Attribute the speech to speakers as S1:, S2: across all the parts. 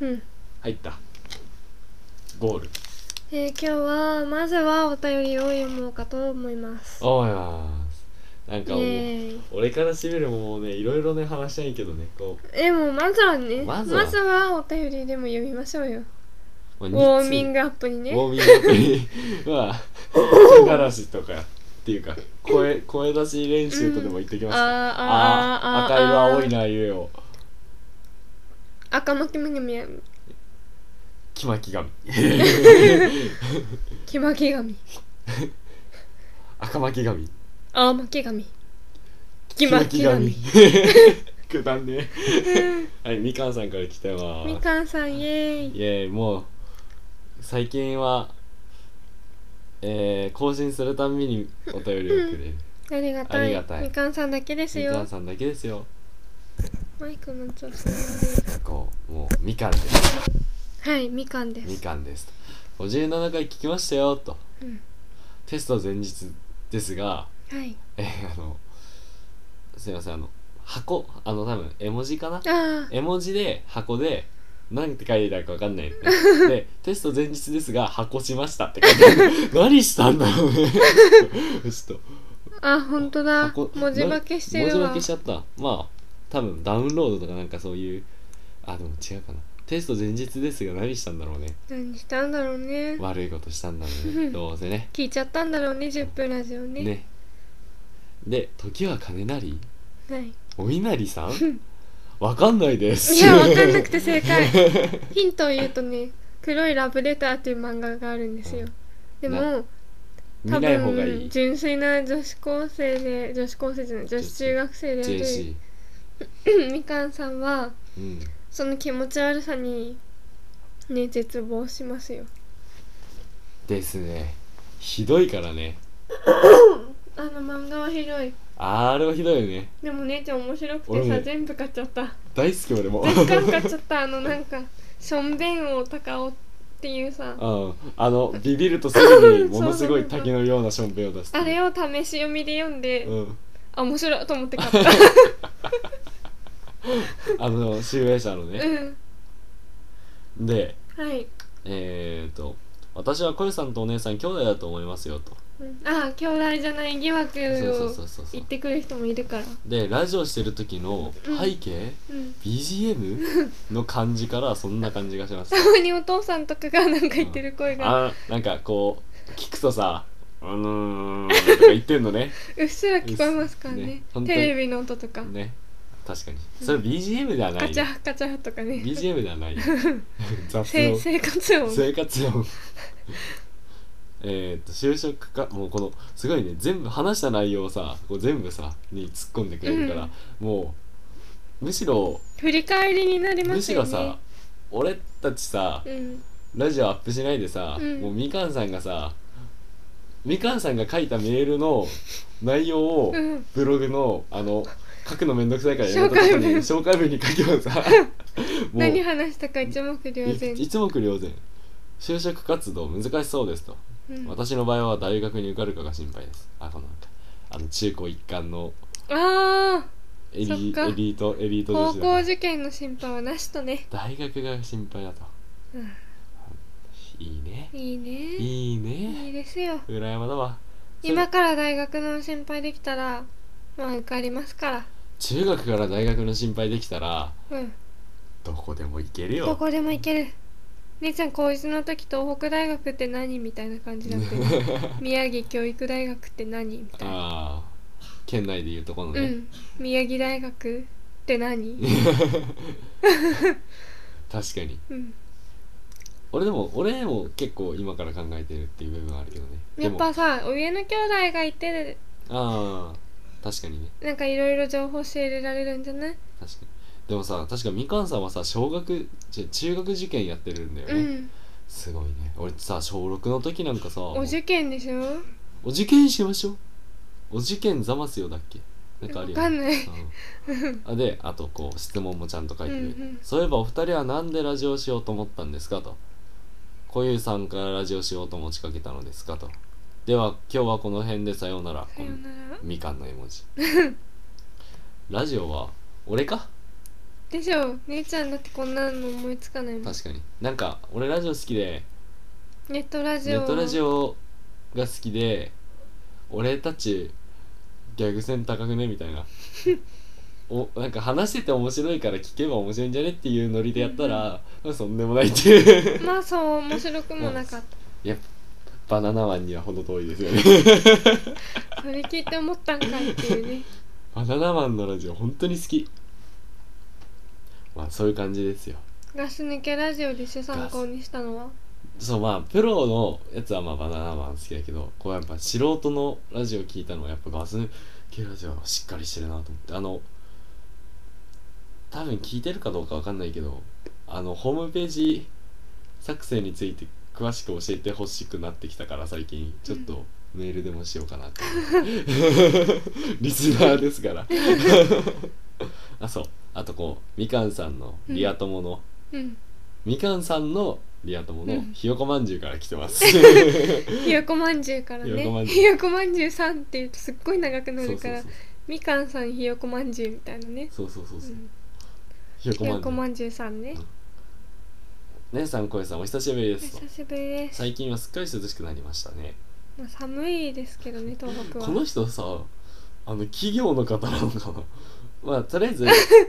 S1: うん
S2: 入ったゴール
S1: えー今日はまずはお便りを読もうかと思います
S2: おーやーなん
S1: イエ
S2: かもう
S1: ーイ
S2: 俺からしめるももうねいろいろね話したいけどねこ
S1: えもうまずはね
S2: まずは
S1: はお便りでも読みましょうよ
S2: う、
S1: ウ
S2: まあ
S1: ォーミングアップに
S2: ウ
S1: ね
S2: ォーミングアップにまあ手慣らしとかっていうか声声出し練習とでも言ってき
S1: あー
S2: ました、あ
S1: あーあー
S2: ー赤いは青い
S1: な
S2: なゆえを
S1: 赤巻き神や
S2: きまきがみ
S1: 黄巻き神
S2: 赤巻きがみ
S1: 青巻き神黄巻き
S2: 神
S1: 神
S2: くだんねはいみかんさんから来てま
S1: み
S2: す
S1: かんさんイエーイ
S2: いえもう最近はえー、更新するたんびにお便りをくれる
S1: ありがた
S2: あ
S1: い
S2: りがたい
S1: みかんさんだけです
S2: みか
S1: よ
S2: んさんだけですよ
S1: マイクのちょっと
S2: こうもうみかんです
S1: はいみかんで
S2: み
S1: す
S2: かんです57回聞きましたよと、
S1: うん
S2: テスト前日ですが
S1: はい
S2: えー、あのすいませんあの箱あの多分絵文字かな
S1: あ
S2: 絵文字で箱で何て書いてあるか分かんないのね、でテスト前日ですが箱しましたって書いてあ る何したんだろうねちょっと
S1: ーあ本当だ
S2: 箱
S1: 文字化けして
S2: 文
S1: る
S2: 字
S1: わ
S2: 化けしちゃったまあ多分ダウンロードとかなんかそういうあでも違うかなテスト前日ですが何したんだろうね
S1: 何したんだろうね
S2: 悪いことしたんだろう ねどうせね
S1: 聞いちゃったんだろうね10分ラジオね
S2: ねで時は金なり
S1: はい
S2: お稲荷さ んわかんないです
S1: いや分かんなくて正解ヒントを言うとね「黒いラブレター」っていう漫画があるんですよでも 多
S2: 見ない方がい
S1: 分
S2: い
S1: 純粋な女子高生で女子高生じゃない女子中学生であ
S2: JC
S1: るみかんさんは
S2: うん
S1: その気持ち悪さにね絶望しますよ
S2: ですねひどいからね
S1: あの漫画はひどい
S2: あれはひどいよね
S1: でも姉ちゃん面白く
S2: 俺
S1: て
S2: も
S1: さ全部買っち ゃった
S2: 大好き俺も
S1: 全巻買っちゃったあのなんか「しょんべんをたかお」っていうさ
S2: うん、あのビビるとす ぐにものすごい滝のようなションベンを出す
S1: あれを試し読みで読んで、
S2: うん、
S1: あ面白いと思って買った
S2: あの集英社のね
S1: うん
S2: で
S1: はい、
S2: えっ、ー、と私はコヨさんとお姉さん兄弟だと思いますよと
S1: うん、ああ兄弟じゃない疑惑
S2: そうそうそうそ
S1: を
S2: うそ
S1: 言
S2: う
S1: ってくる人もいるから
S2: でラジオしてる時の背景、
S1: うん、
S2: BGM の感じからそんな感じがし ます
S1: たまにお父さんとかがなんか言ってる声が
S2: あなんかこう聞くとさ「う ーん」とか言ってんのね
S1: うっすら聞こえますから
S2: ね
S1: ね
S2: 本当に
S1: テレビの音とか、
S2: ね確かにそれ BGM ではな
S1: ガ
S2: い
S1: チ
S2: よ
S1: ャガチャとかね
S2: BGM では ないよ雑
S1: せ
S2: 音
S1: 生活音
S2: 生活音えーっと就職かもうこのすごいね全部話した内容をさこう全部さに突っ込んでくれるから、もうむしろ
S1: 振り返りになりま
S2: む
S1: す
S2: し
S1: よ
S2: ろ
S1: ね
S2: さ俺たちさ、
S1: うん
S2: ラジオアップしないでさ、
S1: うん
S2: もうみかんさんがさみかんさんが書いたメールの内容を
S1: うん
S2: ブログのあの書くのめんどくさいからやめとことに紹介文に書けば さもう
S1: 何
S2: い
S1: 話したか一目瞭然
S2: 一目瞭然就職活動難しそうですと、
S1: うん
S2: 私の場合は大学に受かるかが心配ですあこのなんかあの中高一貫の
S1: ああ
S2: エリ
S1: そっ
S2: エ
S1: か
S2: リートエリート女
S1: 高
S2: 子だ
S1: 校
S2: から
S1: 受験の心配はなしとね
S2: 大学が心配だと、
S1: うん
S2: いいね
S1: いいねい
S2: いい
S1: い
S2: ね
S1: ですよ
S2: 裏山だわそれ
S1: 今から大学の心配できたらまあ受かりますから
S2: 中学から大学の心配できたら
S1: うん
S2: どこでも行けるよ
S1: どこでも行ける姉ちゃん高一の時東北大学って何みたいな感じだったよ 宮城教育大学って何みたいな
S2: ああ県内でいうとこの
S1: う
S2: ね、
S1: ん宮城大学って何
S2: 確かに
S1: うん
S2: 俺でも俺も結構今から考えてるっていう部分はあるけどね
S1: や
S2: で
S1: っ
S2: も
S1: ぱさ上の兄弟がいて
S2: ああ確かにね
S1: なんかいろいろ情報教えられるんじゃない、
S2: 確かにでもさ確かみかんさんはさ小学じゃ中学受験やってるんだよね、
S1: うん
S2: すごいね俺さ小6の時なんかさ
S1: お受験でしょ
S2: お受験しましょうお受験ざますよだっけなんかある
S1: わ
S2: よね
S1: かんない
S2: うんであとこう質問もちゃんと書いてくれて、
S1: うんうん
S2: そういえばお二人はなんでラジオをしようと思ったんですかと小遊さんからラジオしようと持ちかけたのですかとでは今日はこの辺でさようなら
S1: さよなら
S2: みかんの絵文字ラジオは俺か
S1: でしょ姉ちゃんだってこんなの思いつかないもん
S2: 確かになんか俺ラジオ好きで
S1: ネットラジオ
S2: ネットラジオが好きで俺たちギャグ線高くねみたい なおなんか話してて面白いから聞けば面白いんじゃねっていうノリでやったら、まあそんでもないっていう
S1: まあそう面白くもなかっ
S2: いやバナナマンには程遠いですよね
S1: たそれ聞いて思ったんかいっていうね
S2: バナナマンのラジオ本当に好きまあそういう感じですよ
S1: ガス抜けラジオで主参考にしたのは
S2: そうまあプロのやつはまあバナナマン好きだけどこうやっぱ素人のラジオ聞いたのはやっぱガス系ラジオはしっかりしてるなと思ってあの多分聞いてるかどうかわかんないけどあのホームページ作成について詳しく教えてほしくなってきたから最近ちょっとメールでもしようかなってリスナーですからあそうあとこうみかんさんのリア友の、
S1: うん
S2: みかんさんのリア友
S1: う
S2: の
S1: ん
S2: ひよこまんじゅうから来てます。
S1: ひよこまんじゅうからね
S2: ひよこまんじゅう
S1: ひよこまんじゅうさんって言うとすっごい長くな
S2: そ
S1: る
S2: うそ
S1: か
S2: う
S1: らみかんさんひよこまんじゅうみたいなね、
S2: そうそうそうそうそう
S1: う
S2: んひよ
S1: ひよこ
S2: こまん
S1: まんじゅうさんね
S2: じゅう姉さんこえさんお久しぶりで
S1: お
S2: すと
S1: 久しぶりです、
S2: 最近はすっかり涼しくなりましたね
S1: まあ、寒いですけどね東北は
S2: この人さあの企業の方なのかなまあとりあえず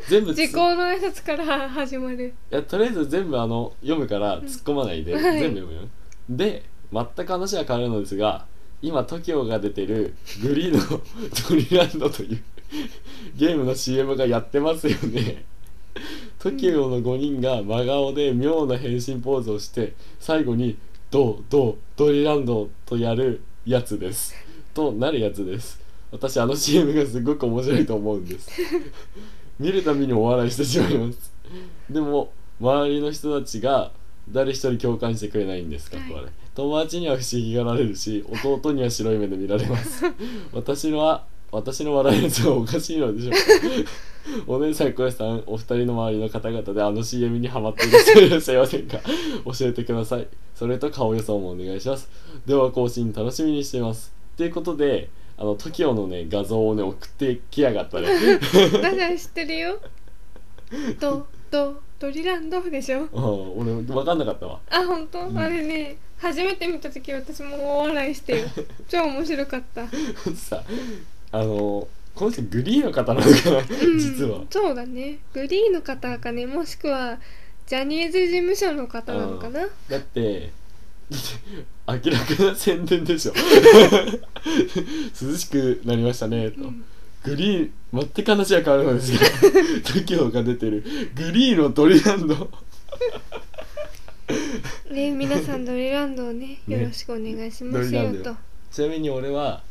S2: 全部つ
S1: 時効の挨拶から始ま る
S2: いやとりあえず全部あの読むから突っ込まないで、
S1: うんはい
S2: 全部読むよで全く話は変わるのですが今 TOKIO が出てるグリーの トリランドというゲームの CM がやってますよね TOKIO の5人が真顔で妙な変身ポーズをして最後に「ドドドリランド」とやるやつですとなるやつです私あの CM がすごく面白いと思うんです見るたびにお笑いしてしまいますでも周りの人たちが誰一人共感してくれないんですか
S1: はい
S2: これ友達には不思議がられるし弟には白い目で見られます 私のは私の笑いやつはおかしいのでしょう かお姉さん小林さんお二人の周りの方々であの CM にハマっていらっしゃいらっしゃいませんか教えてくださいそれと顔予想もお願いしますでは更新楽しみにしていますということであの TOKIO のね画像をね送ってきやがったね
S1: だから知ってるよドドドリランドでしょ
S2: うん俺分かんなかったわ
S1: あ本当、
S2: うん
S1: あれね初めて見た時私も大笑 いしてよ超面白かった、う ん
S2: さあのこの人グリーンの方なのかな、実は
S1: そうだねグリーンの方かねもしくはジャニーズ事務所の方なのかな
S2: だってだって明らかな宣伝で しょ涼しくなりましたねと、
S1: うん
S2: グリーン全く話は変わるのです が TOKIO が出てるグリーンのトリランド
S1: ね皆さんドリランドをねよろしくお願いします
S2: ドリラ
S1: よ
S2: ンド
S1: と
S2: よちなみに俺は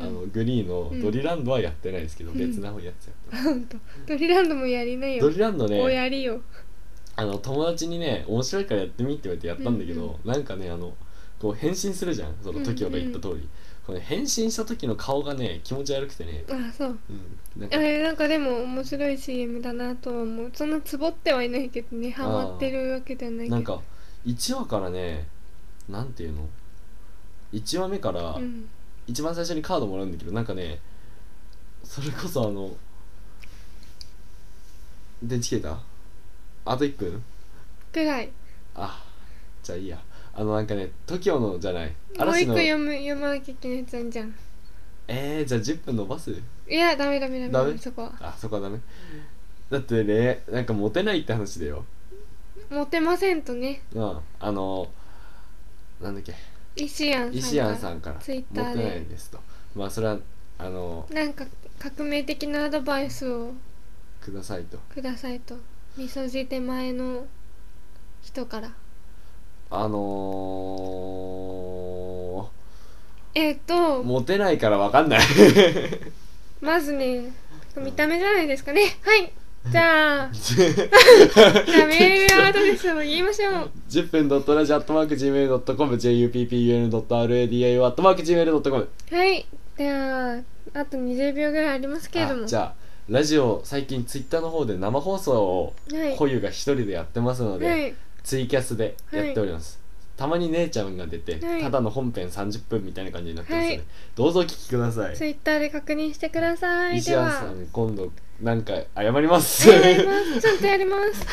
S2: あの、グリーンのドリランドはやってないですけど、
S1: うん
S2: 別な方やつやってます、
S1: ほんとドリランドもやりなよ
S2: ドリランドね
S1: おやりよ
S2: あの友達にね面白いからやってみって言われてやったんだけど、なんかねあのこう変身するじゃんその TOKIO が言った通り、この変身した時の顔がね気持ち悪くてね、
S1: あそう
S2: うん、なん
S1: あ
S2: か
S1: れなんかでも面白い CM だなとは思うそんなつぼってはいないけどねハマってるわけではないけど
S2: なんか1話からねなんていうの1話目から、
S1: うん、
S2: 一番最初にカードもらうんだけどなんかねそれこそあの電池切れたあと1分
S1: くらい
S2: あじゃあいいやあのなんかね TOKIO のじゃない
S1: もう一
S2: 嵐
S1: 個
S2: の
S1: 読む読まなきゃいけないやつあんじゃん
S2: えー、じゃあ10分伸ばす
S1: いやダメダメ
S2: ダ
S1: ダメ
S2: メ
S1: そこは
S2: あそこはダメだってねなんかモテないって話だよ
S1: モテませんとね
S2: うんあのなんだっけ
S1: 石庵さんが
S2: 石庵さんから
S1: ツイッ
S2: 「
S1: ター
S2: モ
S1: で
S2: テないです」とまあそれはあの
S1: なんか革命的なアドバイスを
S2: くださいと
S1: くださいとみそじ手前の人から
S2: あの
S1: えっ、
S2: ー、
S1: と
S2: モテないからわかんない
S1: まずね見た目じゃないですかねはいじゃ あじゃあメールアドレスを言いましょう
S2: 10分ドットラジアットマーク Gmail.com juppun.radio アットマーク Gmail.com
S1: はいではあと20秒ぐらいありますけれども
S2: あじゃあラジオ最近ツイッターの方で生放送を
S1: はい
S2: こゆが一人でやってますので、
S1: はい
S2: ツイキャスでやっております、たまに姉ちゃんが出て、
S1: はい
S2: ただの本編30分みたいな感じになってますので、
S1: はい
S2: どうぞお聞きください
S1: ツイッターで確認してください。
S2: 石
S1: で
S2: 原
S1: は
S2: さ、ん今度なんか謝ります
S1: 謝ります。ちゃんとやります。